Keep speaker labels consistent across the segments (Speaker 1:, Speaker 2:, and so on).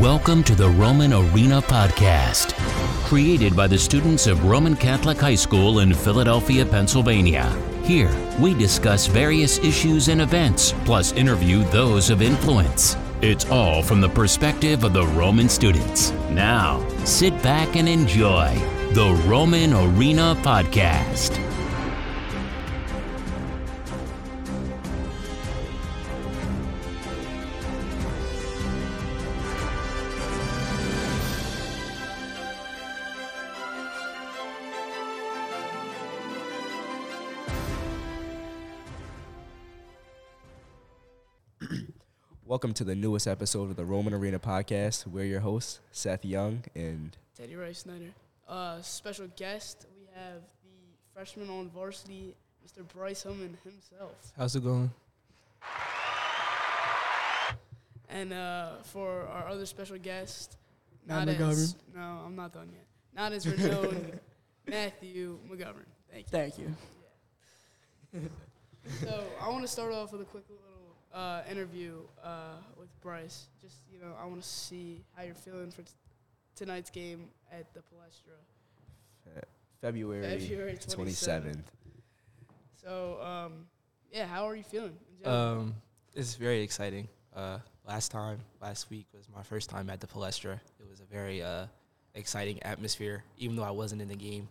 Speaker 1: Welcome to the Roman Arena Podcast, created by the students of Roman Catholic High School in Philadelphia, Pennsylvania. Here, we discuss various issues and events, plus interview those of influence. It's all from the perspective of the Roman students. Now, sit back and enjoy the Roman Arena Podcast.
Speaker 2: Welcome to the newest episode of the Roman Arena Podcast. We're your hosts, Seth Young, and
Speaker 3: Teddy Rice Snyder. Uh, special guest, we have the freshman on varsity, Mr. Bryce Hillman himself.
Speaker 4: How's it going?
Speaker 3: And uh, for our other special guest,
Speaker 4: Matt
Speaker 3: as no, I'm not done yet. Not as renowned, Matthew McGovern. Thank you.
Speaker 5: Thank you.
Speaker 3: So I want to start off with a quick little uh, interview uh, with Bryce. Just you know, I want to see how you're feeling for t- tonight's game at the Palestra.
Speaker 2: February,
Speaker 3: February 27th. So um, yeah, how are you feeling? in general?
Speaker 4: Um, it's very exciting. Uh, last time, last week was my first time at the Palestra. It was a very uh, exciting atmosphere. Even though I wasn't in the game,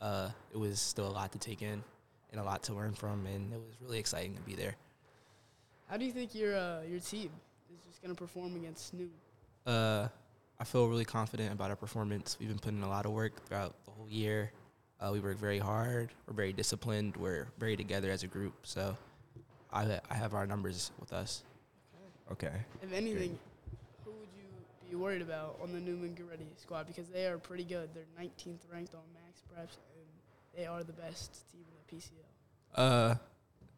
Speaker 4: uh, it was still a lot to take in and a lot to learn from, and it was really exciting to be there.
Speaker 3: How do you think your uh, your team is just going to perform against Snoop?
Speaker 4: Uh, I feel really confident about our performance. We've been putting in a lot of work throughout the whole year. Uh, we work very hard. We're very disciplined. We're very together as a group. So I, I have our numbers with us.
Speaker 2: Okay.
Speaker 3: If anything, who would you be worried about on the Newman Garetti squad because they are pretty good. They're 19th ranked on Max Preps and they are the best team in the PCL.
Speaker 4: Uh,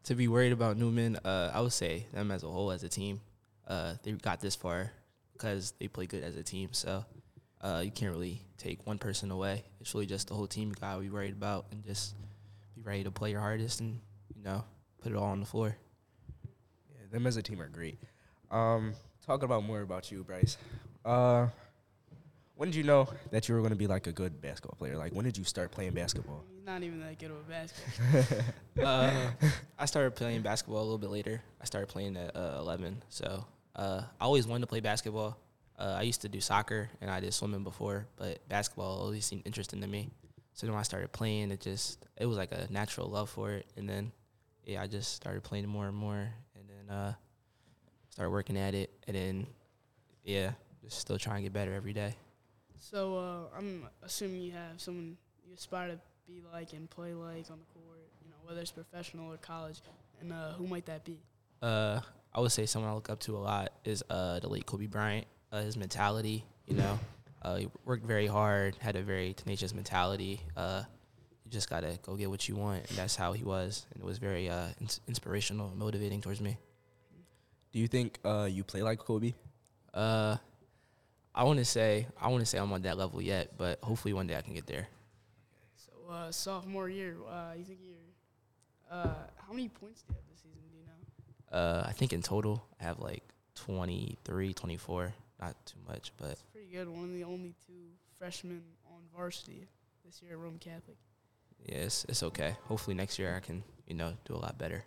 Speaker 4: to be worried about Newman, uh, I would say them as a whole, as a team, uh, they got this far because they play good as a team. So uh, you can't really take one person away. It's really just the whole team you got to be worried about and just be ready to play your hardest and you know put it all on the floor.
Speaker 2: Yeah, them as a team are great. Um, talk about more about you, Bryce. Uh, when did you know that you were going to be like a good basketball player? Like, when did you start playing basketball?
Speaker 3: He's not even that good of a basketball.
Speaker 4: uh, I started playing basketball a little bit later. I started playing at uh, 11. So uh, I always wanted to play basketball. Uh, I used to do soccer and I did swimming before, but basketball always seemed interesting to me. So then when I started playing, it just it was like a natural love for it. And then yeah, I just started playing more and more, and then uh, started working at it, and then yeah, just still trying to get better every day.
Speaker 3: so uh, I'm assuming you have someone you aspire to be like and play like on the court, you know, whether it's professional or college. And uh, who might that be?
Speaker 4: uh, I would say someone I look up to a lot is uh, the late Kobe Bryant. Uh, his mentality, you know, uh, he worked very hard, had a very tenacious mentality. Uh, you just gotta go get what you want, and that's how he was, and it was very uh, ins- inspirational, and motivating towards me.
Speaker 2: Do you think uh, you play like Kobe?
Speaker 4: Uh, I want to say, I want to say I'm on that level yet, but hopefully one day I can get there.
Speaker 3: So uh, sophomore year, uh, you think you're uh, how many points do you have this season? Do you know?
Speaker 4: Uh, I think in total I have like 23, 24, not too much, but
Speaker 3: That's pretty good. One of the only two freshmen on varsity this year at Roman Catholic.
Speaker 4: yeah, it's, it's okay. Hopefully next year I can, you know, do a lot better.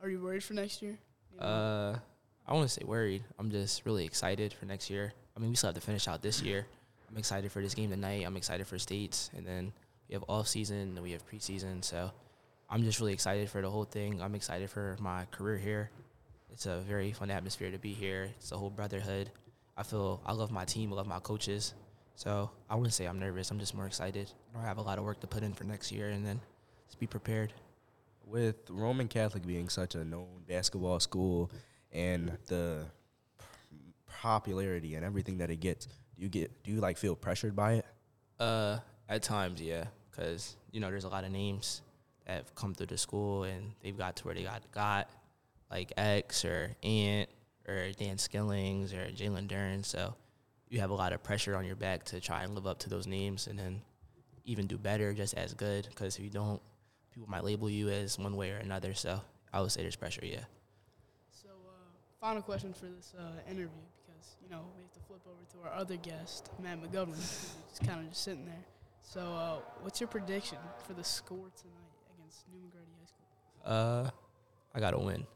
Speaker 3: Are you worried for next year? You know,
Speaker 4: Uh, I want to say worried. I'm just really excited for next year. I mean, we still have to finish out this year. I'm excited for this game tonight. I'm excited for states, and then we have off season and we have preseason. So I'm just really excited for the whole thing. I'm excited for my career here. It's a very fun atmosphere to be here. It's a whole brotherhood. I feel I love my team. I love my coaches. So I wouldn't say I'm nervous. I'm just more excited. I have a lot of work to put in for next year, and then just be prepared.
Speaker 2: With Roman Catholic being such a known basketball school and the p- popularity and everything that it gets, do you get do you like feel pressured by it?
Speaker 4: Uh, at times, yeah, because you know there's a lot of names that have come through the school and they've got to where they got got like X or Ant or Dan Skillings or Jalen Dern. So you have a lot of pressure on your back to try and live up to those names and then even do better, just as good. Because if you don't, people might label you as one way or another. So I would say there's pressure, yeah.
Speaker 3: so uh, final question for this uh, interview because you know we have to flip over to our other guest, Matt McGovern, who's just kind of just sitting there. So, uh, what's your prediction for the score tonight against New McGrady High School?
Speaker 4: Uh, I got to win.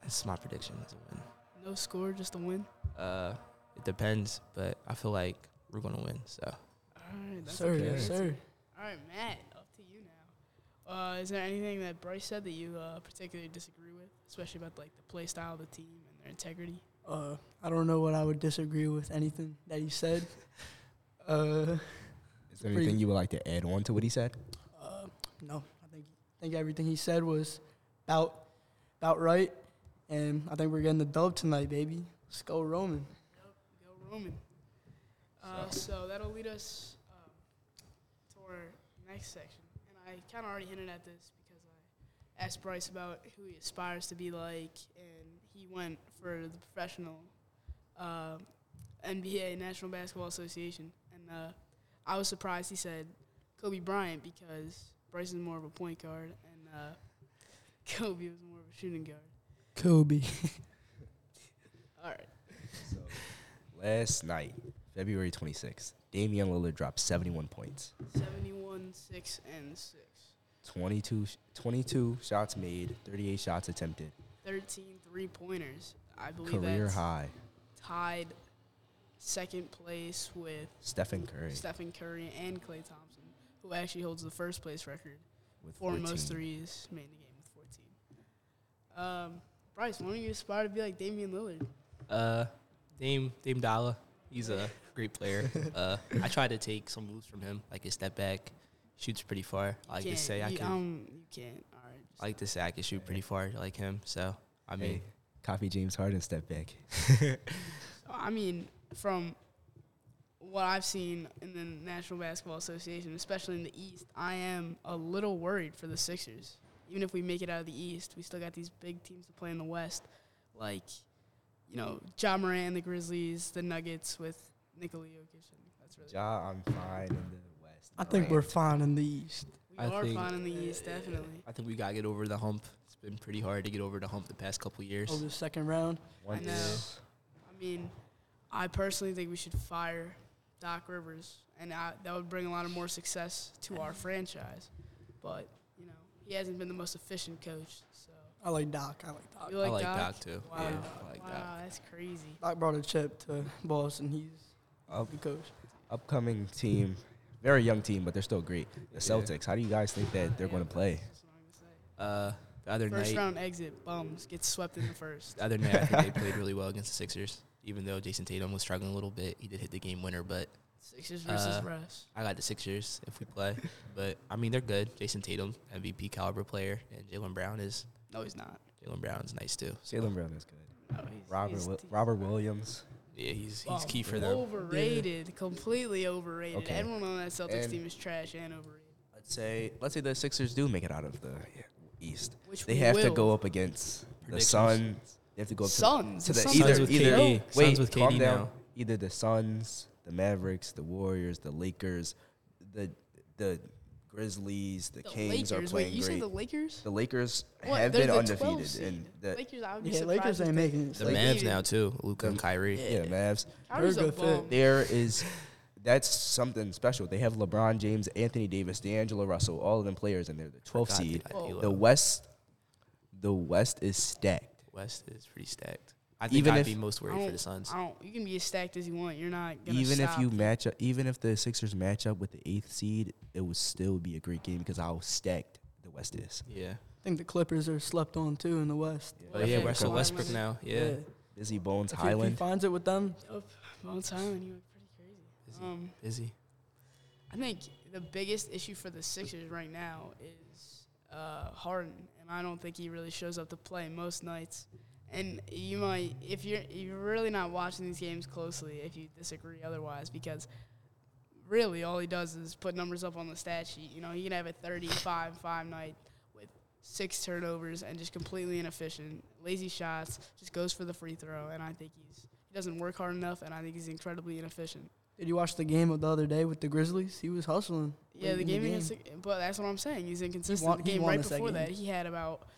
Speaker 4: That's my prediction. That's a win.
Speaker 3: No score, just a win.
Speaker 4: Uh, it depends, but I feel like we're gonna win. So
Speaker 3: All right, that's
Speaker 5: sir,
Speaker 3: okay. That's-
Speaker 5: yes, sir.
Speaker 3: All right, Matt, up to you now. Uh, is there anything that Bryce said that you uh, particularly disagree with, especially about like the play style of the team and their integrity?
Speaker 5: Uh, I don't know what I would disagree with anything that he said. Uh,
Speaker 2: Is there anything you would like to add on to what he said?
Speaker 5: uh, no, I think I think everything he said was about about right, and I think we're getting the dub tonight, baby. Let's go, Roman.
Speaker 3: Go Roman. Uh, so that'll lead us um, to our next section. And I kind of already hinted at this because I asked Bryce about who he aspires to be like, and he went for the professional uh, NBA National Basketball Association. And uh, I was surprised he said Kobe Bryant because Bryce is more of a point guard, and uh, Kobe was more of a shooting guard.
Speaker 5: Kobe.
Speaker 3: All right.
Speaker 2: Last night, February 26th, Damian Lillard dropped 71 points,
Speaker 3: 71, 6, and 6.
Speaker 2: 22, sh- 22 shots made, 38 shots attempted,
Speaker 3: 13 three pointers. I believe
Speaker 2: career
Speaker 3: that's
Speaker 2: high.
Speaker 3: tied second place with
Speaker 2: Stephen Curry
Speaker 3: Stephen Curry and Clay Thompson, who actually holds the first place record
Speaker 2: with
Speaker 3: for
Speaker 2: 14.
Speaker 3: most threes made in the game with 14. Um, Bryce, why don't you aspire to be like Damian Lillard?
Speaker 4: Uh, Dame Dame Dalla, he's a great player. Uh, I try to take some moves from him, like his step back, shoots pretty far. I like to
Speaker 3: Can't-
Speaker 4: say I
Speaker 3: you,
Speaker 4: can.
Speaker 3: Um, you can't. All right. just-
Speaker 4: I like to say I can shoot pretty far, like him. So I mean,
Speaker 2: Hey, copy James Harden step back.
Speaker 3: I mean, from what I've seen in the National Basketball Association, especially in the East, I am a little worried for the Sixers. Even if we make it out of the East, we still got these big teams to play in the West, like you know John Moran, the Grizzlies, the Nuggets with Nikola Jokic. And that's really
Speaker 2: Ja, I'm fine in the West.
Speaker 5: I think we're fine in the East.
Speaker 3: we
Speaker 4: I
Speaker 3: are
Speaker 4: think-
Speaker 3: fine in the East, definitely.
Speaker 4: I think we gotta get over the hump. It's been pretty hard to get over the hump the past couple years.
Speaker 3: Oh,
Speaker 5: Over the second round.
Speaker 2: One
Speaker 3: I know. I mean, I personally think we should fire Doc Rivers, and I, that would bring a lot of more success to our franchise. But you know, he hasn't been the most efficient coach. So
Speaker 5: I like Doc. I like Doc.
Speaker 3: you
Speaker 4: I
Speaker 3: like,
Speaker 4: like
Speaker 3: Doc?
Speaker 4: Doc too.
Speaker 3: Wow,
Speaker 4: Yeah, I like
Speaker 3: wow,
Speaker 4: Doc.
Speaker 3: that's crazy.
Speaker 5: Doc brought a chip to Boston. He's
Speaker 2: Up,
Speaker 5: the coach.
Speaker 2: upcoming team, very young team, but they're still great.
Speaker 4: Yeah.
Speaker 2: The Celtics. How do you guys think that they're going to play?
Speaker 3: That's what I'm gonna say.
Speaker 4: Uh, the other
Speaker 3: First
Speaker 4: night,
Speaker 3: round exit bums get swept in the first.
Speaker 4: the other night, I think they played really well against the Sixers. Even though Jason Tatum was struggling a little bit, he did hit the game winner. But
Speaker 3: Sixers versus
Speaker 4: Uh,
Speaker 3: Russ.
Speaker 4: I got the Sixers if we play. But I mean, they're good. Jason Tatum, MVP caliber player, and Jalen Brown is
Speaker 3: No, he's not.
Speaker 4: Jalen Brown's nice too.
Speaker 2: Jalen Brown is good.
Speaker 3: No, he's,
Speaker 2: Robert
Speaker 3: he's
Speaker 2: Wi-
Speaker 3: de-
Speaker 2: Robert Williams.
Speaker 4: Yeah, he's he's
Speaker 3: Oh,
Speaker 4: key for them.
Speaker 3: Overrated, completely overrated.
Speaker 2: Okay.
Speaker 3: Everyone on that Celtics
Speaker 2: And-
Speaker 3: team is trash and overrated.
Speaker 2: Let's say let's say the Sixers do make it out of the East.
Speaker 3: Which
Speaker 2: They
Speaker 3: we
Speaker 2: have to
Speaker 3: will.
Speaker 2: go up against the
Speaker 4: Predictions.
Speaker 2: Suns. They have to go up to
Speaker 3: Suns.
Speaker 2: to the,
Speaker 3: Suns
Speaker 2: either
Speaker 4: Suns with
Speaker 2: either
Speaker 4: KD. Suns
Speaker 2: wait
Speaker 4: with
Speaker 2: calm
Speaker 4: KD
Speaker 2: down.
Speaker 4: now.
Speaker 2: Either the Suns, the Mavericks, the Warriors, the Lakers, the the Grizzlies, the,
Speaker 3: The
Speaker 2: Kings
Speaker 3: Lakers.
Speaker 2: are playing
Speaker 3: Wait, you
Speaker 2: great.
Speaker 3: said the Lakers?
Speaker 2: the Lakers
Speaker 3: What?
Speaker 2: have
Speaker 3: They're
Speaker 2: been
Speaker 3: the 12
Speaker 2: undefeated,
Speaker 3: seed.
Speaker 2: and the
Speaker 3: Lakers. I would be
Speaker 5: Yeah,
Speaker 3: surprised
Speaker 5: Lakers
Speaker 3: if
Speaker 5: ain't
Speaker 3: they-
Speaker 5: making it.
Speaker 4: The
Speaker 2: Like-
Speaker 4: Mavs now too. Luka and Kyrie.
Speaker 2: yeah, Mavs.
Speaker 3: Kyrie's
Speaker 5: They're
Speaker 3: a
Speaker 5: good fit.
Speaker 3: bum.
Speaker 2: There is that's something special. They have LeBron James, Anthony Davis, D'Angelo Russell, all of them players, and they're the 12th
Speaker 4: God,
Speaker 2: seed.
Speaker 4: they got
Speaker 2: The
Speaker 4: D'Lo.
Speaker 2: West, the West is stacked.
Speaker 4: West is pretty stacked. I think
Speaker 2: Even
Speaker 4: I'd
Speaker 2: if-
Speaker 4: be most
Speaker 3: I
Speaker 4: worried for
Speaker 3: don't-
Speaker 4: the Suns.
Speaker 3: I don't. You can be as stacked as you want. You're not gonna
Speaker 2: Even if
Speaker 3: stop.
Speaker 2: you match up, even if the Sixers match up with the eighth seed, it would still be a great game because how stacked the West is.
Speaker 4: Yeah,
Speaker 5: I think the Clippers are slept on too in the West.
Speaker 4: but yeah,
Speaker 3: Okay.
Speaker 4: Russell
Speaker 3: Kawhi
Speaker 4: Westbrook
Speaker 3: Leonard.
Speaker 4: now. Yeah,
Speaker 2: Busy Bones
Speaker 5: If he- If he
Speaker 2: Highland.
Speaker 5: finds it with them,
Speaker 3: Yup. Well, Tylen, you look pretty crazy.
Speaker 4: Is
Speaker 3: Um,
Speaker 4: busy.
Speaker 3: I think the biggest issue for the Sixers right now is uh, Harden, and I don't think he really shows up to play most nights. And you might, if you're if you're really not watching these games closely, if you disagree otherwise, because really all he does is put numbers up on the stat sheet. You know, he can have a 35 5 night with six turnovers and just completely inefficient, lazy shots, just goes for the free throw, and I think he's he doesn't work hard enough, and I think he's incredibly inefficient.
Speaker 5: did you watch the game of the other day with the Grizzlies? He was hustling.
Speaker 3: Yeah,
Speaker 5: late
Speaker 3: the
Speaker 5: in
Speaker 3: game against, the- but that's what I'm saying. He's inconsistent.
Speaker 5: won-
Speaker 3: the
Speaker 5: he
Speaker 3: game
Speaker 5: won
Speaker 3: right
Speaker 5: us that
Speaker 3: before
Speaker 5: game.
Speaker 3: that, he had about he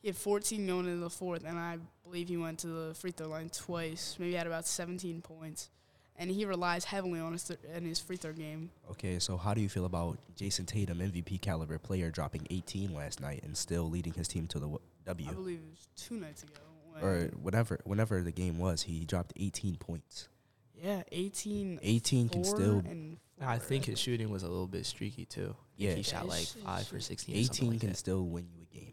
Speaker 3: He had 14 going into the fourth, and I believe he went to the free throw line twice. Maybe had about 17 points, and he relies heavily on his th- in his free throw game.
Speaker 2: Okay, so how do you feel about Jason Tatum, MVP caliber player, dropping 18 last night and still leading his team to the w-
Speaker 3: I
Speaker 2: W?
Speaker 3: believe it was two nights ago. when-
Speaker 2: Or whatever, whenever the game was, he dropped 18 points.
Speaker 3: yeah, 18.
Speaker 2: 18 can
Speaker 3: four
Speaker 2: still,
Speaker 3: and
Speaker 4: I
Speaker 3: four.
Speaker 4: think his shooting was a little bit streaky too. Yeah,
Speaker 2: Yeah.
Speaker 4: he shot
Speaker 3: Yeah,
Speaker 4: like
Speaker 3: his shooting-
Speaker 4: five for sixteen. or something
Speaker 2: 18
Speaker 4: like
Speaker 2: can
Speaker 4: that.
Speaker 2: still win you a game.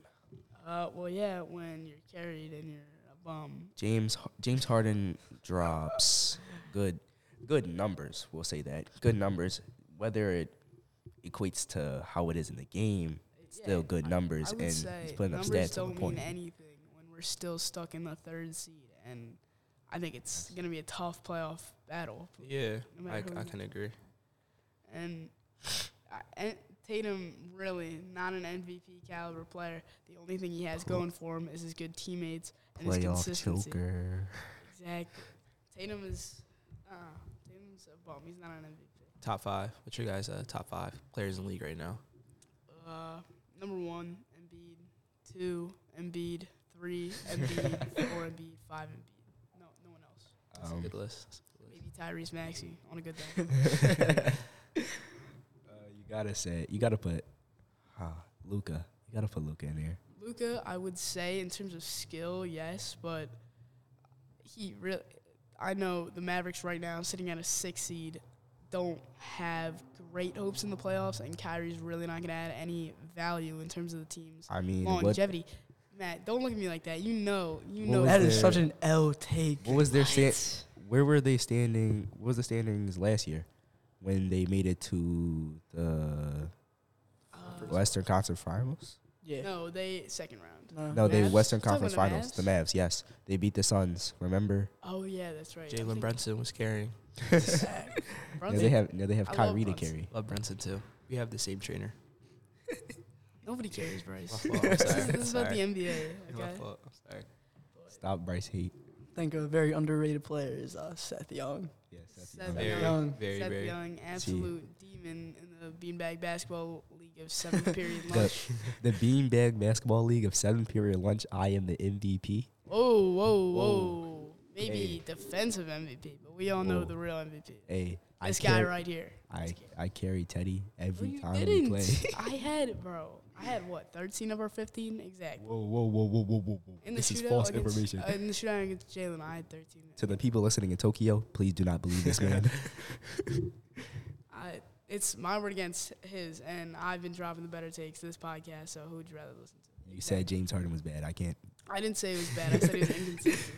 Speaker 3: Uh, well, yeah, when you're carried and you're a bum.
Speaker 2: James James Harden drops good good numbers. We'll say that good numbers. Whether it equates to how it is in the game, still
Speaker 3: Yeah,
Speaker 2: good
Speaker 3: I-
Speaker 2: numbers,
Speaker 3: I would
Speaker 2: and
Speaker 3: say
Speaker 2: he's putting up
Speaker 3: numbers
Speaker 2: stats
Speaker 3: don't
Speaker 2: on the point.
Speaker 3: mean anything when we're still stuck in the third seed, and I think it's going to be a tough playoff battle.
Speaker 4: Yeah,
Speaker 3: No
Speaker 4: I,
Speaker 3: matter who
Speaker 4: I
Speaker 3: it
Speaker 4: can agree.
Speaker 3: And, I, and Tatum really not an MVP caliber player. The only thing he has
Speaker 2: Pl-
Speaker 3: going for him is his good teammates and his
Speaker 2: Playoff
Speaker 3: consistency.
Speaker 2: choker.
Speaker 3: Exactly. Tatum is uh, Tatum's a bum. He's not an MVP.
Speaker 4: Top five. What's your guys' uh, top five players in the league right now?
Speaker 3: Uh, number one, Embiid. Two, Embiid. Three, Embiid. four, Embiid. Five, Embiid. No, no one else.
Speaker 4: That's a
Speaker 2: Um,
Speaker 4: good list. That's a good
Speaker 3: Maybe Tyrese
Speaker 4: list.
Speaker 3: Maxey on a good day.
Speaker 2: Uh, you gotta say you gotta put uh, Luca. You gotta put Luca in there.
Speaker 3: Luca, I would say in terms of skill, yes, but he really. I know the Mavericks right now, sitting at a six seed, don't have great hopes in the playoffs, and Kyrie's really not going to add any value in terms of the team's
Speaker 2: I mean, what,
Speaker 3: longevity. Matt, don't look at me like that. You know, you
Speaker 2: What
Speaker 3: know
Speaker 2: was
Speaker 5: That is
Speaker 2: there-
Speaker 5: such an L take.
Speaker 2: what was their stand? Where were they standing? What was the standings last year when they made it to the
Speaker 3: Uh,
Speaker 2: Western Conference Finals?
Speaker 5: Yeah.
Speaker 3: No, they second round.
Speaker 5: No.
Speaker 2: No, they
Speaker 3: Mavs?
Speaker 2: Western
Speaker 3: Talking
Speaker 2: Conference
Speaker 3: about the
Speaker 2: Finals. The Mavs, yes, they beat the Suns. Remember?
Speaker 3: Oh yeah, that's right. I
Speaker 4: Jalen
Speaker 3: think
Speaker 4: Brunson was carrying.
Speaker 2: Now
Speaker 3: Brunson-
Speaker 2: they have now they have
Speaker 3: I love
Speaker 2: Kyrie to
Speaker 3: Brunson.
Speaker 2: carry.
Speaker 4: Love Brunson too. We have the same trainer.
Speaker 3: Nobody cares, Bryce.
Speaker 4: My fault. I'm
Speaker 3: this is,
Speaker 4: sorry.
Speaker 3: this is about the
Speaker 4: Sorry.
Speaker 3: NBA.
Speaker 4: My
Speaker 3: Okay.
Speaker 4: fault. I'm sorry.
Speaker 2: Stop Bryce hate.
Speaker 5: I think a very underrated player is uh, Seth Young.
Speaker 2: Yes, that's
Speaker 3: that's the Seth
Speaker 4: Very,
Speaker 5: Young.
Speaker 4: very,
Speaker 3: Seth
Speaker 4: very.
Speaker 3: Young, absolute demon in the beanbag basketball league of seventh period
Speaker 2: The-
Speaker 3: lunch.
Speaker 2: the Beanbag Basketball League of seven period lunch. I am the MVP.
Speaker 3: Whoa, whoa, whoa.
Speaker 2: Whoa.
Speaker 3: Maybe defensive MVP, but we all know
Speaker 2: Whoa.
Speaker 3: the real MVP.
Speaker 2: Hey, I
Speaker 3: This guy
Speaker 2: carry-
Speaker 3: right here.
Speaker 2: I I carry Teddy
Speaker 3: No,
Speaker 2: every
Speaker 3: you
Speaker 2: time we play.
Speaker 3: didn't. I had it, bro. I had what? Thirteen of our fifteen, exactly.
Speaker 2: Whoa, whoa, whoa, whoa, whoa, whoa, whoa.
Speaker 3: In the
Speaker 2: This
Speaker 3: shootout
Speaker 2: is false
Speaker 3: against,
Speaker 2: information.
Speaker 3: Uh, in the shootout against Jalen, I had thirteen.
Speaker 2: to the people listening in Tokyo, please do not believe this man.
Speaker 3: I it's my word against his, and I've been dropping the better takes this podcast. So who would you rather listen to?
Speaker 2: you said James Harden was bad. I can't.
Speaker 3: I didn't say it was bad. I said it was inconsistent,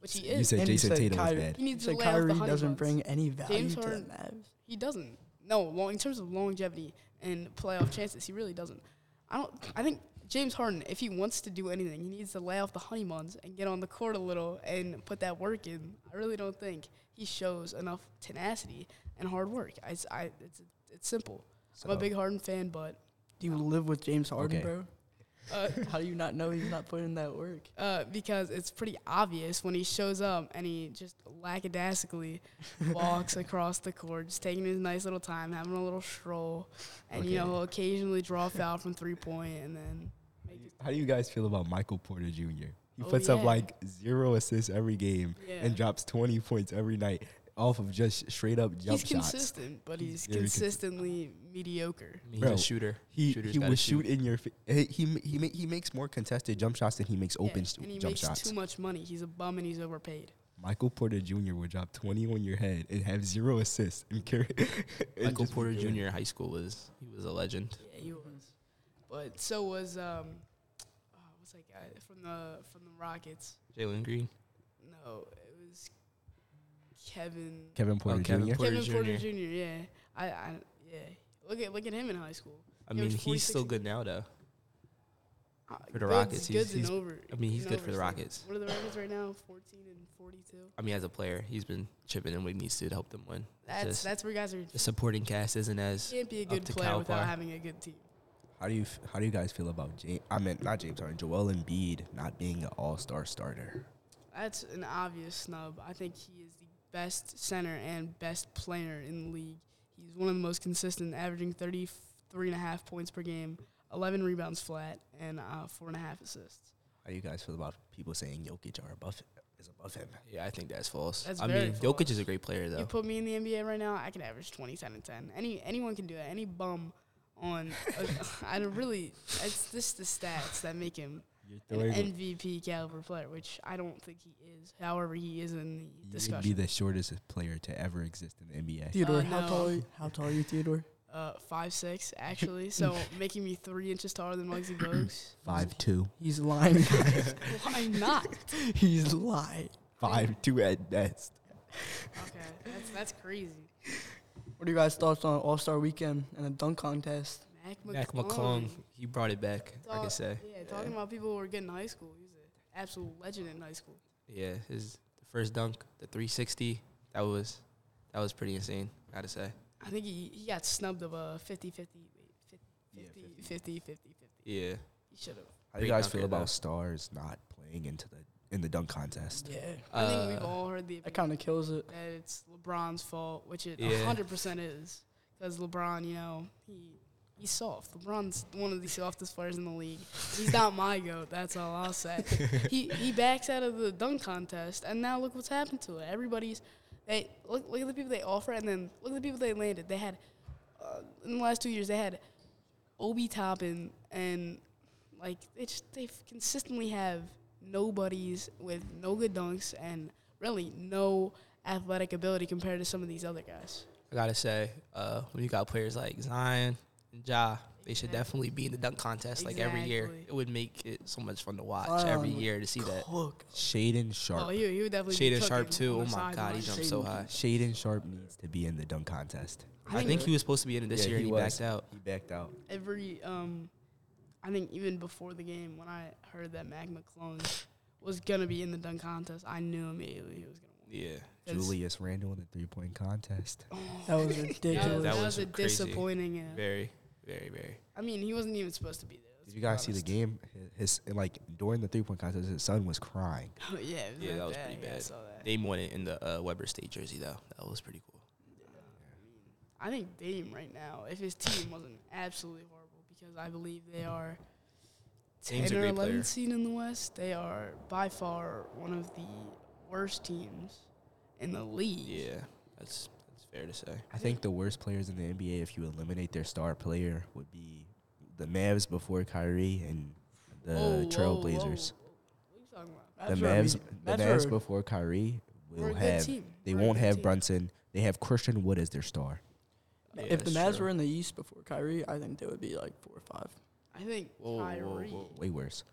Speaker 3: which he
Speaker 2: You
Speaker 3: is.
Speaker 2: said
Speaker 5: And you
Speaker 2: Jason
Speaker 5: said
Speaker 2: Tatum
Speaker 5: Kyrie.
Speaker 2: was bad.
Speaker 3: he needs
Speaker 5: So
Speaker 3: to lay off the
Speaker 5: Kyrie
Speaker 3: honey
Speaker 5: doesn't
Speaker 3: buns.
Speaker 5: bring any value
Speaker 3: James
Speaker 5: to
Speaker 3: Harden-
Speaker 5: the Mavs.
Speaker 3: He doesn't. No, long in terms of longevity and playoff chances, he really doesn't. I don't. I think James Harden, if he wants to do anything, he needs to lay off the honey buns and get on the court a little and put that work in. I really don't think he shows enough tenacity and hard work. I, s- I- it's it's simple. I'm a big Harden fan, but
Speaker 5: Do you live with James Harden,
Speaker 2: Okay.
Speaker 5: bro?
Speaker 3: uh,
Speaker 5: How do you not know he's not putting in that work?
Speaker 3: uh, because it's pretty obvious when he shows up and he just lackadaisically walks across the court, just taking his nice little time, having a little stroll, and you know
Speaker 2: Okay.
Speaker 3: he'll occasionally draw a foul from three point, and then
Speaker 2: How do you guys feel about Michael Porter Jr.? He
Speaker 3: Oh,
Speaker 2: puts
Speaker 3: yeah.
Speaker 2: up like zero assists every game
Speaker 3: Yeah.
Speaker 2: and drops 20 points every night off of just straight up jump
Speaker 3: he's
Speaker 2: shots.
Speaker 3: consistent, but
Speaker 2: He's
Speaker 3: he's,
Speaker 2: very consi-
Speaker 3: consistently mediocre.
Speaker 4: I mean,
Speaker 2: Bro,
Speaker 4: he's a shooter.
Speaker 2: He,
Speaker 4: Shooters
Speaker 2: he
Speaker 4: gotta
Speaker 2: will
Speaker 4: shoot.
Speaker 2: shoot in your fa- he he ma- he, ma- he makes more contested jump shots than he makes
Speaker 3: Yeah,
Speaker 2: open stu-
Speaker 3: and he
Speaker 2: jump
Speaker 3: makes
Speaker 2: shots.
Speaker 3: too much money. He's a bum and he's overpaid.
Speaker 2: Michael Porter Jr. will drop 20 on your head and have zero assists and carry. and
Speaker 4: Michael
Speaker 2: just be
Speaker 4: Porter
Speaker 2: good.
Speaker 4: Jr. in high school was he was a legend.
Speaker 3: Yeah, he was. But so was um, oh, what's that guy from the from the Rockets?
Speaker 4: Jalen Green.
Speaker 3: No, it was Kevin.
Speaker 2: Kevin Porter
Speaker 4: Oh, Kevin
Speaker 2: Jr.
Speaker 4: Porter
Speaker 3: Kevin Porter
Speaker 4: Jr..
Speaker 3: Jr. Yeah, I, I yeah. Look at look at him in high school.
Speaker 4: I
Speaker 3: He was
Speaker 4: mean, he's
Speaker 3: 46
Speaker 4: still good now though.
Speaker 3: Uh,
Speaker 4: For the
Speaker 3: goods-
Speaker 4: Rockets, he's-
Speaker 3: goods and
Speaker 4: he's-
Speaker 3: over.
Speaker 4: I mean, he's
Speaker 3: and
Speaker 4: good for the
Speaker 3: overstated.
Speaker 4: Rockets.
Speaker 3: What are the Rockets right now? Fourteen and forty-two.
Speaker 4: I mean, as a player, he's been chipping in what he needs to to help them win. It's
Speaker 3: That's
Speaker 4: just
Speaker 3: that's where guys are.
Speaker 4: the supporting cast isn't as
Speaker 3: Can't be a
Speaker 4: up
Speaker 3: good
Speaker 4: to
Speaker 3: player without
Speaker 4: Calipari.
Speaker 3: having a good team.
Speaker 2: How do you f- how do you guys feel about James? I mean, not James Harden, Joel Embiid not being an All Star starter.
Speaker 3: That's an obvious snub. I think he is the best center and best player in the league. He's one of the most consistent, averaging 33 and a half points per game, 11 rebounds flat, and uh, four and a half assists.
Speaker 2: I How you guys feel about people saying Jokic are above is above him?
Speaker 4: Yeah, I think that's false.
Speaker 3: That's
Speaker 4: I
Speaker 3: very
Speaker 4: mean,
Speaker 3: false.
Speaker 4: Jokic is a great player though.
Speaker 3: You put me in the NBA right now, I can average 20, 10, and 10. Any, anyone can do that. Any bum on, a, I don't really, it's just the stats that make him an MVP caliber player, which I don't think he is. However, he is in the
Speaker 2: You'd be
Speaker 3: discussion.
Speaker 2: the shortest player to ever exist in the NBA.
Speaker 5: Theodore,
Speaker 3: Uh,
Speaker 5: how
Speaker 3: no.
Speaker 5: tall? Are you, how tall are you, Theodore?
Speaker 3: uh, five six actually, so making me three inches taller than Muggsy Bogues.
Speaker 2: Five two.
Speaker 5: He's lying. guys.
Speaker 3: Why not?
Speaker 5: He's lying.
Speaker 2: Five two at best.
Speaker 3: Okay, that's that's crazy.
Speaker 5: What are you guys' thoughts on All Star Weekend and the dunk contest?
Speaker 3: Mac McClung.
Speaker 4: Mac McClung, he brought it back. I
Speaker 3: Talk-
Speaker 4: can say.
Speaker 3: Yeah, talking about people who were good in high school. He's an absolute legend in high school.
Speaker 4: Yeah, his first dunk, the 360. That was that was pretty insane. Gotta say.
Speaker 3: I think he, he got snubbed of a 50 50 50
Speaker 2: Yeah, 50.
Speaker 3: 50 50 50.
Speaker 4: Yeah.
Speaker 3: He should have.
Speaker 2: How do
Speaker 4: Great
Speaker 2: you guys
Speaker 4: dunker,
Speaker 2: feel about
Speaker 4: though.
Speaker 2: stars not playing into the in the dunk contest?
Speaker 5: Yeah,
Speaker 3: I think
Speaker 4: Uh,
Speaker 3: we've all heard the
Speaker 5: that
Speaker 3: opinion
Speaker 5: kind of kills it.
Speaker 3: that it's LeBron's fault, which it
Speaker 4: Yeah.
Speaker 3: 100% is. Because LeBron, you know, he he's soft. LeBron's one of the softest players in the league. He's not my goat. That's all I'll say. he he backs out of the dunk contest, and now look what's happened to it. Everybody's they look look at the people they offer, and then look at the people they landed. They had uh, in the last two years they had Obi Toppin and like they just they consistently have nobodies with no good dunks and really no athletic ability compared to some of these other guys.
Speaker 4: I gotta say, uh, when you got players like Zion and Ja, they should definitely be in the dunk contest like every year.
Speaker 3: Exactly.
Speaker 4: It would make it so much fun to watch
Speaker 5: Zion
Speaker 4: every
Speaker 5: would
Speaker 4: year to see that.
Speaker 5: Cook.
Speaker 2: Shaden Sharp.
Speaker 3: Oh, he, he would definitely be
Speaker 4: Shaden Sharp
Speaker 3: cooking
Speaker 4: too.
Speaker 3: on
Speaker 4: Oh
Speaker 3: the
Speaker 4: my God,
Speaker 3: sideline.
Speaker 4: he jumped so
Speaker 5: Shaden
Speaker 4: high.
Speaker 2: Shaden Sharp needs to be in the dunk contest.
Speaker 4: I think he was supposed to be in it this
Speaker 2: Yeah,
Speaker 4: year.
Speaker 2: he
Speaker 4: and He
Speaker 2: was.
Speaker 4: backed out.
Speaker 2: He backed out.
Speaker 3: every um I think even before the game when I heard that Mac McClung was gonna be in the dunk contest, I knew immediately he was gonna win.
Speaker 4: Yeah.
Speaker 3: 'Cause-
Speaker 2: Julius Randle in the three point contest.
Speaker 5: That
Speaker 3: oh,
Speaker 5: was
Speaker 3: That,
Speaker 5: ridiculous.
Speaker 3: was,
Speaker 4: That
Speaker 3: that
Speaker 4: was
Speaker 3: was a
Speaker 4: crazy.
Speaker 3: disappointing. Yeah.
Speaker 4: Very, very, very.
Speaker 3: I mean, he wasn't even supposed to be there.
Speaker 2: Did you guys see the game? His, his like during the three point contest, his son was crying.
Speaker 3: game? yeah, it
Speaker 4: Yeah, that was
Speaker 3: bad.
Speaker 4: pretty
Speaker 3: Yeah, I
Speaker 4: bad.
Speaker 3: saw that.
Speaker 4: Dame won it in the uh, Weber State jersey though. That was pretty cool.
Speaker 3: I think Dame right now, if his team wasn't absolutely horrible, because I believe they are ten
Speaker 4: Dame's a
Speaker 3: or
Speaker 4: great
Speaker 3: eleven
Speaker 4: player.
Speaker 3: seed in the West, they are by far one of the worst teams in the league.
Speaker 4: Yeah, that's that's fair to say.
Speaker 2: I think the worst players in the NBA, if you eliminate their star player, would be the Mavs before Kyrie and the
Speaker 3: Whoa, whoa,
Speaker 2: Trailblazers.
Speaker 3: whoa. What are you talking
Speaker 2: The
Speaker 3: about?
Speaker 5: Mavs are a
Speaker 2: Mavs,
Speaker 5: amazing-
Speaker 2: the
Speaker 5: Mavs are-
Speaker 2: Mavs before Kyrie
Speaker 3: We're a
Speaker 2: will
Speaker 3: good
Speaker 2: have.
Speaker 3: team.
Speaker 2: They
Speaker 3: We're a
Speaker 2: won't
Speaker 3: good
Speaker 2: have
Speaker 3: team.
Speaker 2: Brunson. They have Christian Wood as their star.
Speaker 4: Yeah,
Speaker 5: if the
Speaker 4: that's
Speaker 5: Mavs
Speaker 4: true.
Speaker 5: were in the East before Kyrie, I think they would be like four or five,
Speaker 3: I think
Speaker 4: Whoa, whoa,
Speaker 3: Kyrie.
Speaker 4: whoa.
Speaker 2: Way worse.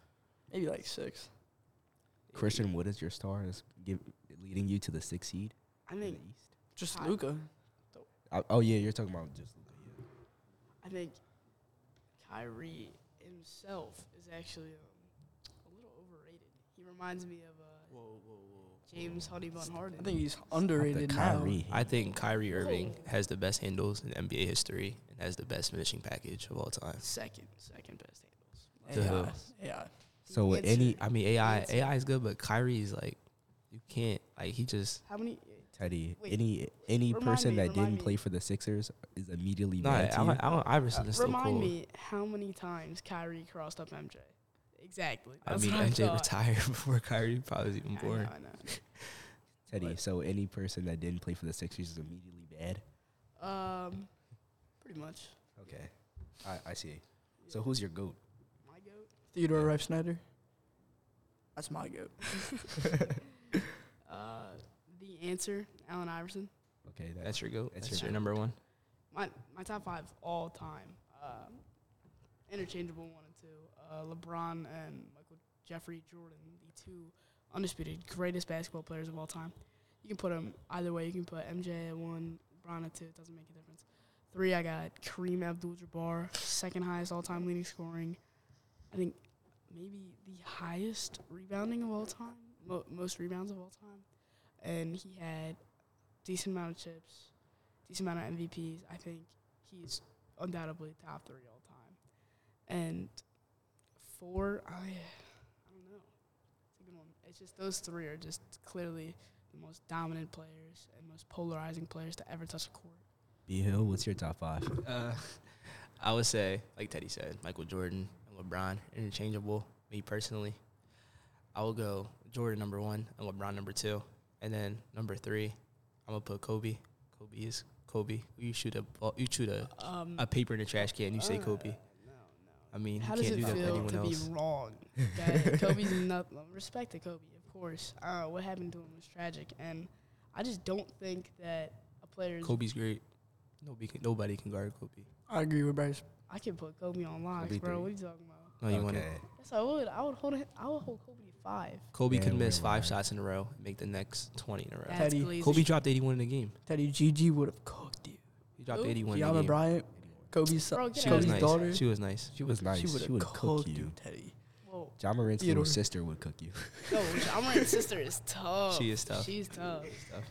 Speaker 5: maybe like six.
Speaker 2: Christian Wood as your star is give, leading you to the sixth seed
Speaker 3: I
Speaker 2: in the
Speaker 3: think
Speaker 2: East.
Speaker 5: Just
Speaker 3: Five.
Speaker 5: Luca.
Speaker 2: Oh, oh yeah, you're talking about just.
Speaker 3: I think Kyrie himself is actually um, a little overrated. He reminds me of uh,
Speaker 4: Whoa, whoa, whoa.
Speaker 3: James Huddy Bun Harden.
Speaker 5: I think he's
Speaker 2: Not the
Speaker 5: underrated now.
Speaker 2: Kyrie.
Speaker 4: I think Kyrie Irving
Speaker 3: Whoa.
Speaker 4: has the best handles in NBA history and has the best finishing package of all time.
Speaker 3: second, second best handles.
Speaker 4: To who?
Speaker 5: AI, AI.
Speaker 2: So with any
Speaker 4: I mean, AI
Speaker 3: That's-
Speaker 4: AI is good, but Kyrie is like, you can't like he just
Speaker 3: How many?
Speaker 2: Teddy,
Speaker 3: Wait,
Speaker 2: any any
Speaker 3: remind
Speaker 2: person
Speaker 3: me,
Speaker 2: that
Speaker 3: remind
Speaker 2: didn't
Speaker 3: me.
Speaker 2: play for the Sixers is immediately
Speaker 4: no.
Speaker 2: bad
Speaker 4: I,
Speaker 2: to
Speaker 4: I,
Speaker 2: you.
Speaker 4: don't- I, don't- Iverson
Speaker 3: Uh,
Speaker 4: is still
Speaker 3: remind
Speaker 4: cool.
Speaker 3: me how many times Kyrie crossed up MJ. Exactly.
Speaker 4: I
Speaker 3: That's
Speaker 4: mean,
Speaker 3: what
Speaker 4: MJ
Speaker 3: thought.
Speaker 4: retired before Kyrie probably was even
Speaker 3: I know,
Speaker 4: born.
Speaker 3: I know.
Speaker 2: Teddy, so any person that didn't play for the Sixers is immediately bad.
Speaker 3: Um, pretty much.
Speaker 2: Okay, I, I see. So who's your goat?
Speaker 3: My goat.
Speaker 5: Theodore Reif Snyder. That's my goat.
Speaker 3: Uh, the answer, Allen Iverson.
Speaker 2: Okay, that,
Speaker 4: That's your goat.
Speaker 2: That's
Speaker 4: That's,
Speaker 2: your
Speaker 4: your number one.
Speaker 3: my my top five all time, um, interchangeable one and two. Uh, LeBron and Michael Jeffrey Jordan, the two undisputed greatest basketball players of all time. You can put them either way. You can put MJ at one, LeBron at two. It doesn't make a difference. Three, I got Kareem Abdul-Jabbar, second highest all-time leading scoring. I think maybe the highest rebounding of all time, mo- most rebounds of all time, and he had decent amount of chips decent amount of MVPs. I think he's undoubtedly top three all time. And four, I, I don't know. It's a good one. It's just those three are just clearly the most dominant players and most polarizing players to ever touch a court.
Speaker 2: B Hill. What's your top five?
Speaker 4: Uh, I would say, like Teddy said, Michael Jordan and LeBron interchangeable. Me personally, I will go Jordan number one and LeBron number two, and then number three, I'm gonna put Kobe. Kobe is Kobe. You shoot a ball, you shoot a,
Speaker 3: Um,
Speaker 4: a paper in a trash can. Uh, You say
Speaker 3: uh,
Speaker 4: Kobe.
Speaker 3: no,
Speaker 4: I mean,
Speaker 3: How
Speaker 4: you
Speaker 3: does
Speaker 4: can't
Speaker 3: it
Speaker 4: do that with
Speaker 3: feel
Speaker 4: anyone
Speaker 3: to
Speaker 4: else.
Speaker 3: be wrong? That Kobe's not respect to Kobe, of course. Uh, what happened to him was tragic, and I just don't think that a player. Is,
Speaker 4: Kobe's great. Nobody can, nobody can guard Kobe.
Speaker 5: I agree with Bryce.
Speaker 3: I can put Kobe on locks,
Speaker 4: Kobe
Speaker 3: bro.
Speaker 4: three.
Speaker 3: What are you talking about?
Speaker 4: No, you want to.
Speaker 2: Okay.
Speaker 3: Yes, I would. I would hold. it- I would hold Kobe to five.
Speaker 4: Kobe could
Speaker 2: Man,
Speaker 4: miss
Speaker 2: we're
Speaker 4: five
Speaker 2: right.
Speaker 4: shots in a row, and make the next twenty in a row.
Speaker 3: That's
Speaker 5: Teddy.
Speaker 3: Glazer.
Speaker 4: Kobe dropped 81 in the game.
Speaker 5: Teddy GG would have cooked you.
Speaker 4: He dropped
Speaker 3: Who?
Speaker 4: 81 in the
Speaker 5: Gianna
Speaker 4: game.
Speaker 5: Bryant, Kobe's, son-
Speaker 3: Bro, get out.
Speaker 4: She
Speaker 5: Kobe's
Speaker 4: was nice.
Speaker 5: daughter.
Speaker 4: She was nice.
Speaker 2: She was nice.
Speaker 5: She would have cooked you, Teddy.
Speaker 3: Whoa,
Speaker 2: John Morant's
Speaker 5: Theodore.
Speaker 2: little sister would cook you.
Speaker 3: no, John Morant's sister is tough.
Speaker 4: She is tough.
Speaker 3: She's tough.
Speaker 4: Stuff.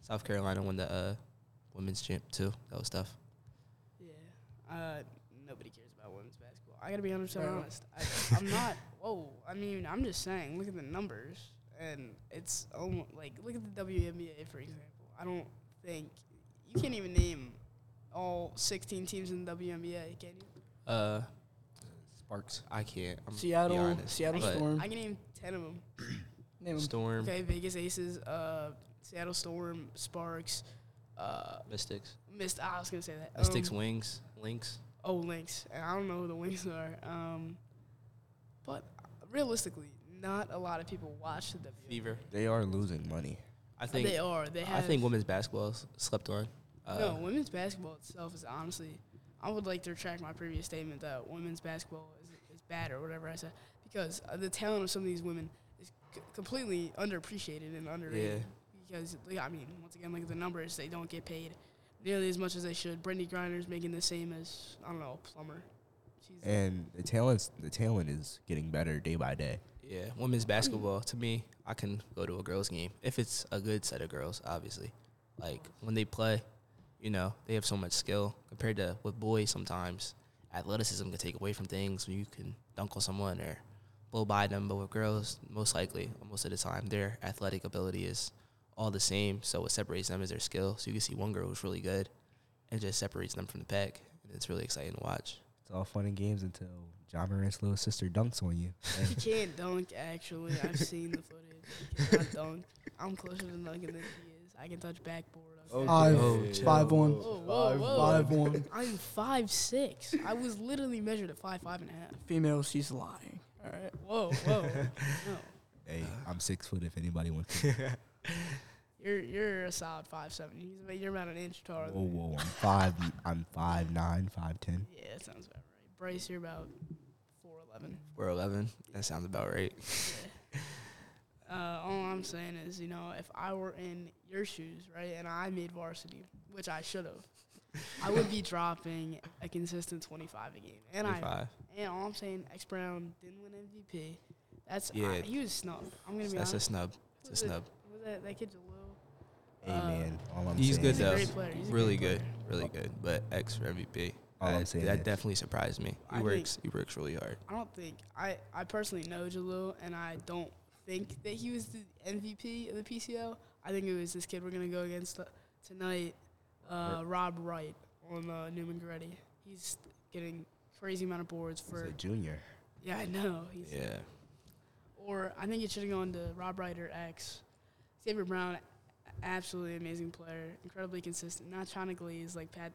Speaker 4: South Carolina won the uh, women's champ too. That was tough.
Speaker 3: Yeah. Uh, nobody cares about women's basketball. I gotta be 100
Speaker 5: Bro.
Speaker 3: honest. I, I'm not. Whoa. I mean, I'm just saying. Look at the numbers, and it's almost like look at the WNBA for example. I don't think you can't even name all 16 teams in the WNBA. Can you?
Speaker 4: Uh,
Speaker 2: Sparks.
Speaker 4: I can't. I'm
Speaker 5: Seattle-
Speaker 4: Be honest,
Speaker 5: Seattle
Speaker 4: but
Speaker 5: Storm.
Speaker 3: I can name 10 of them.
Speaker 5: Name him.
Speaker 4: Storm,
Speaker 3: Okay, Vegas Aces, uh, Seattle Storm, Sparks, uh,
Speaker 4: Mystics,
Speaker 3: Missed. I was gonna say that. Um,
Speaker 4: Mystics, Wings, Lynx.
Speaker 3: Oh, Lynx. And I don't know who the Wings are. Um, but realistically, not a lot of people watch the WWE.
Speaker 4: Fever.
Speaker 2: They are losing money.
Speaker 4: I think.
Speaker 3: they are. They
Speaker 4: I
Speaker 3: have.
Speaker 4: think women's basketball s- slept on. Uh,
Speaker 3: no, women's basketball itself is honestly. I would like to retract my previous statement that women's basketball is, is bad or whatever I said because uh, the talent of some of these women is c- completely underappreciated and underrated. Because like, I mean, once again, look at the numbers. They don't get paid nearly as much as they should. Brittany Griner's making the same as I don't know a plumber. She's
Speaker 2: And the talent's the talent is getting better day by day.
Speaker 4: Yeah, women's basketball. To me, I can go to a girls' game if it's a good set of girls. Obviously, like when they play, you know, they have so much skill compared to with boys. Sometimes athleticism can take away from things. You can dunk on someone or blow by them, but with girls, most likely, most of the time, their athletic ability is all the same. So what separates them is their skill. So you can see one girl who's really good, and it just separates them from the pack, and it's really exciting to watch.
Speaker 2: It's all fun and games until John Morant's little sister dunks on you.
Speaker 3: She can't dunk, actually. I've seen the footage. She cannot dunk. I'm closer to dunking than she is. I can touch backboard. I'm
Speaker 5: Five,
Speaker 4: Oh,
Speaker 5: five, one.
Speaker 3: Whoa, whoa, whoa.
Speaker 5: Five, one.
Speaker 3: I'm five six. I was literally measured at five five and a half.
Speaker 5: Female, she's lying. All right.
Speaker 3: Whoa, whoa. no.
Speaker 2: hey, I'm six foot if anybody wants to.
Speaker 3: You're you're a solid five seven. He's about- You're about an inch taller.
Speaker 2: whoa,
Speaker 3: Than
Speaker 2: whoa, I'm five I'm five nine, five ten.
Speaker 3: yeah, that sounds about right. Bryce, you're about four eleven.
Speaker 4: We're eleven. That sounds about right.
Speaker 3: Uh, all I'm saying is, you know, if I were in your shoes, right, and I made varsity, which I should have, I would be dropping a consistent 25 a game. And I,
Speaker 4: Five.
Speaker 3: and all I'm saying, X Brown didn't win MVP. That's
Speaker 4: Yeah.
Speaker 3: I, he was snubbed. I'm gonna be
Speaker 4: That's a
Speaker 3: honest.
Speaker 4: snub. It's a
Speaker 3: Was it-
Speaker 4: snub.
Speaker 3: Was that that kid Jalil?
Speaker 2: Hey
Speaker 3: Uh,
Speaker 2: man, all I'm
Speaker 4: he's
Speaker 2: saying
Speaker 4: good
Speaker 2: is-
Speaker 3: He's a
Speaker 4: though.
Speaker 3: great player. He's a
Speaker 4: really
Speaker 3: great
Speaker 4: good, really good. But X for MVP.
Speaker 2: All
Speaker 4: that,
Speaker 2: I'm saying
Speaker 4: that
Speaker 2: is-
Speaker 4: definitely surprised me. He
Speaker 3: I think-
Speaker 4: works. He works really hard.
Speaker 3: I don't think I, I personally know Jalil, and I don't think that he was the MVP of the PCL. I think it was this kid we're gonna go against uh, tonight, uh, Rob Wright on uh, Newman Goretti. He's getting crazy amount of boards
Speaker 2: He's a
Speaker 3: for.
Speaker 2: junior.
Speaker 3: Yeah, I know. He's,
Speaker 4: Yeah.
Speaker 3: Or I think it should have gone to Rob Wright or X. Xavier Brown, a- absolutely amazing player, incredibly consistent. Not trying to glaze like Pat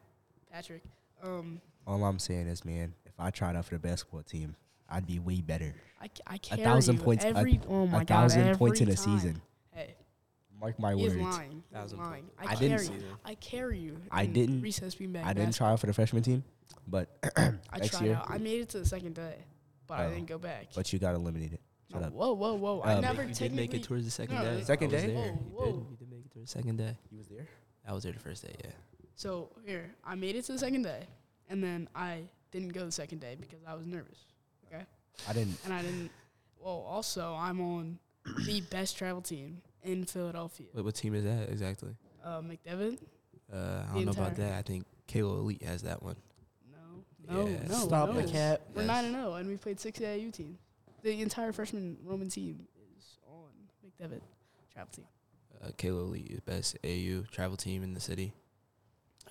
Speaker 3: Patrick. Um,
Speaker 2: All I'm saying is, man, if I tried out for the basketball team, I'd be way better.
Speaker 3: I, c- I carry
Speaker 2: thousand
Speaker 3: you
Speaker 2: points- a-
Speaker 3: Every, oh my
Speaker 2: a
Speaker 3: God,
Speaker 2: thousand points in
Speaker 3: every
Speaker 2: a
Speaker 3: time.
Speaker 2: season.
Speaker 3: Hey,
Speaker 2: Mark my
Speaker 3: He's
Speaker 2: words.
Speaker 3: lying. He's
Speaker 4: Thousand
Speaker 3: lying.
Speaker 4: points.
Speaker 3: I,
Speaker 2: I
Speaker 3: carry.
Speaker 2: didn't
Speaker 4: see them.
Speaker 3: I carry you.
Speaker 2: I
Speaker 3: in
Speaker 2: didn't-
Speaker 3: Recess being back.
Speaker 2: I didn't try out for the freshman team, but
Speaker 3: I
Speaker 2: next
Speaker 3: tried
Speaker 2: year.
Speaker 3: out. I made it to the second day, but I
Speaker 2: Oh.
Speaker 3: didn't go back.
Speaker 2: but you got eliminated.
Speaker 3: No,
Speaker 2: Shut up.
Speaker 3: Whoa, whoa, whoa! I
Speaker 2: Um,
Speaker 3: never
Speaker 4: you did make
Speaker 3: technically-
Speaker 4: it towards the second
Speaker 3: no,
Speaker 4: day.
Speaker 3: no,
Speaker 2: Second
Speaker 4: I was
Speaker 2: day?
Speaker 4: There.
Speaker 3: Whoa,
Speaker 4: You, did,
Speaker 3: whoa.
Speaker 4: you did make it through the second day.
Speaker 2: He was there.
Speaker 4: I was there the first day. Yeah.
Speaker 3: So here, I made it to the second day, and then I didn't go the second day because I was nervous,
Speaker 2: I didn't.
Speaker 3: and I didn't. Well, also I'm on the best travel team in Philadelphia.
Speaker 4: What, what team is that exactly?
Speaker 3: Uh, McDevitt?
Speaker 4: Uh, I
Speaker 3: The
Speaker 4: don't know about
Speaker 3: entire-
Speaker 4: that. I think Kalo Elite has that one.
Speaker 3: No, no,
Speaker 4: Yeah.
Speaker 3: no.
Speaker 5: Stop
Speaker 3: no.
Speaker 5: the cap.
Speaker 3: We're
Speaker 4: Yes.
Speaker 3: nine and zero, and we played six AAU teams. The entire freshman Roman team is on McDevitt travel team.
Speaker 4: Uh, Kalo Elite is best AU travel team in the city.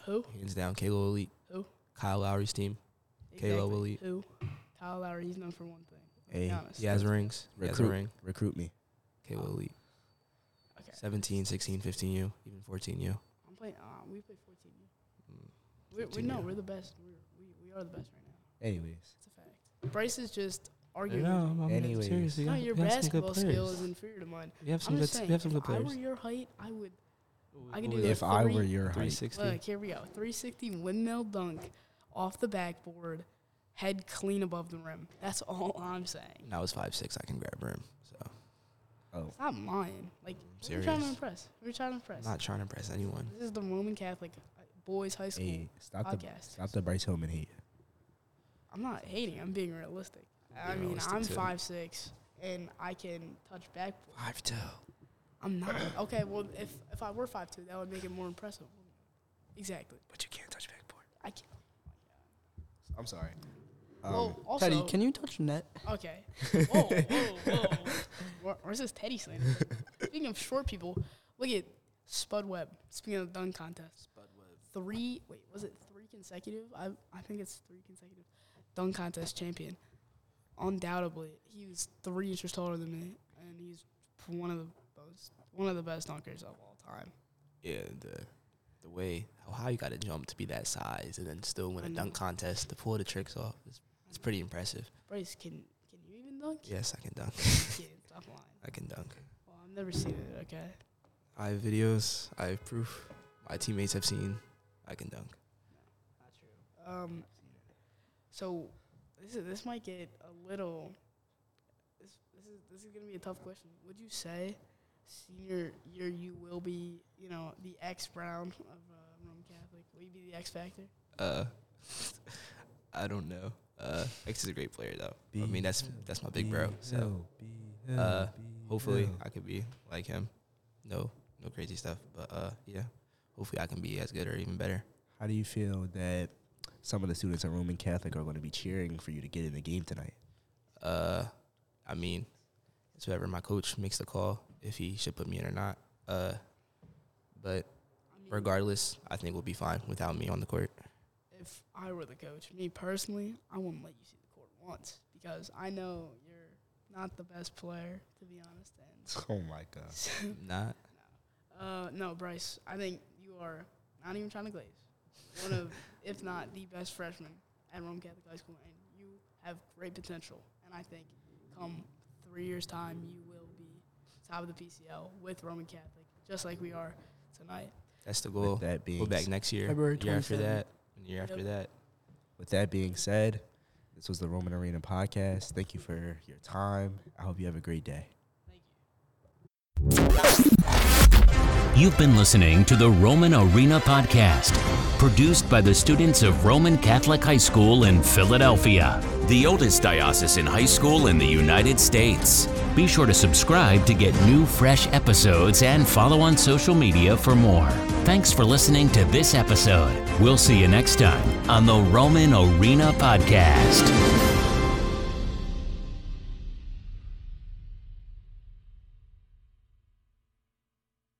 Speaker 3: Who?
Speaker 4: Hands down, Kalo Elite.
Speaker 3: Who?
Speaker 4: Kyle Lowry's team. Kalo Elite.
Speaker 3: Who? Kyle Lowry. He's known for one thing.
Speaker 2: Hey,
Speaker 3: be honest.
Speaker 4: He has rings. He has a
Speaker 2: Recruit.
Speaker 4: ring.
Speaker 2: recruit me.
Speaker 4: Okay, well, elite.
Speaker 3: Okay.
Speaker 4: 17, 16, 15 U, even 14 U.
Speaker 3: I'm playing. Uh, we play 14.
Speaker 4: Mm.
Speaker 3: We're, we
Speaker 4: 14
Speaker 3: know
Speaker 4: U.
Speaker 3: we're the best. We're, we we are the best right now.
Speaker 2: Anyways,
Speaker 3: It's a fact. Bryce is just arguing.
Speaker 4: I'm
Speaker 2: Anyways.
Speaker 4: seriously.
Speaker 3: No,
Speaker 4: you
Speaker 3: your
Speaker 4: have some good
Speaker 3: basketball skill
Speaker 4: players.
Speaker 3: is inferior to mine.
Speaker 4: We have some
Speaker 3: I'm
Speaker 4: good.
Speaker 3: just saying.
Speaker 4: we have some
Speaker 3: if
Speaker 4: good
Speaker 3: I
Speaker 4: players.
Speaker 3: were your height, I would. I can
Speaker 4: Who
Speaker 3: do
Speaker 4: is
Speaker 3: that.
Speaker 2: if I were
Speaker 3: three-
Speaker 2: your height,
Speaker 4: 360.
Speaker 3: Look, here we go. 360 windmill dunk off the backboard, head clean above the rim. That's all I'm saying.
Speaker 4: And I was five six. I can grab rim. So
Speaker 2: oh,
Speaker 3: Stop lying. Like we're trying to
Speaker 4: serious.
Speaker 3: impress. We're trying to impress.
Speaker 4: I'm not trying to impress anyone.
Speaker 3: This is the Roman Catholic uh, boys high school
Speaker 2: hey, stop the
Speaker 3: podcast.
Speaker 2: stop the Bryce Hillman hate.
Speaker 3: I'm not hating. I'm being realistic. I
Speaker 4: Being
Speaker 3: mean,
Speaker 4: realistic
Speaker 3: I'm
Speaker 4: too.
Speaker 3: five six, and I can touch backboard.
Speaker 4: Five two.
Speaker 3: I'm not okay. Well, if if I were five two, that would make it more impressive. Exactly.
Speaker 4: But you can't touch backboard.
Speaker 3: I can't.
Speaker 2: I'm sorry. Um,
Speaker 3: well, also,
Speaker 5: Teddy, can you touch net?
Speaker 3: Okay. Whoa, whoa, whoa. Where, where's this Teddy slander? Speaking of short people, look at Spud Webb. Speaking of the dunk contest. Spud Webb. Three, wait, was it three consecutive? I, I think it's three consecutive. Dunk contest champion. Undoubtedly. He was three inches taller than me, and he's one of the most, one of the best dunkers of all time.
Speaker 4: Yeah, the the way how high you got to jump to be that size and then still win
Speaker 3: I
Speaker 4: a
Speaker 3: know.
Speaker 4: dunk contest to pull the tricks off. It's, it's pretty impressive.
Speaker 3: Bryce, can, can you even dunk?
Speaker 4: Yes, I can dunk.
Speaker 3: Kid, stop lying.
Speaker 4: I can dunk.
Speaker 3: Well, I've never seen it, okay?
Speaker 4: I have videos. I have proof. My teammates have seen. I can dunk.
Speaker 3: Not true. Um, so this is this might get a little. This this is this is gonna be a tough question. Would you say senior year you will be you know the X Brown of uh, Roman Catholic? Will you be the X Factor?
Speaker 4: Uh, I don't know. Uh, X is a great player though. I mean, that's that's my big bro. So uh, hopefully I could be like him. No, no crazy stuff. But uh, yeah, hopefully I can be as good or even better.
Speaker 2: how do you feel that some of the students at Roman Catholic are going to be cheering for you to get in the game tonight?
Speaker 4: Uh, I mean, it's whatever my coach makes the call if he should put me in or not. Uh, but
Speaker 3: I mean,
Speaker 4: regardless, I think we'll be fine without me on the court.
Speaker 3: if I were the coach, me personally, I wouldn't let you see the court once because I know you're not the best player to be honest. And
Speaker 2: Oh my god!
Speaker 4: Not
Speaker 3: Uh, no, Bryce. I think you are not even trying to glaze. One of, if not the best freshman at Rome Catholic High School, and you have great potential. And I think, come three years' time, you will be top of the PCL with Roman Catholic, just like we are tonight.
Speaker 4: that's the goal.
Speaker 2: with that being
Speaker 4: Go back next year.
Speaker 5: February
Speaker 4: year after
Speaker 5: 27th.
Speaker 4: that. and Year after
Speaker 3: Yep.
Speaker 4: that.
Speaker 2: With that being said, this was the Roman Arena podcast. Thank you for your time. I hope you have a great day.
Speaker 3: Thank you.
Speaker 1: You've been listening to the Roman Arena Podcast, produced by the students of Roman Catholic High School in Philadelphia, the oldest diocesan high school in the United States. Be sure to subscribe to get new, fresh episodes and follow on social media for more. Thanks for listening to this episode. We'll see you next time on the Roman Arena Podcast.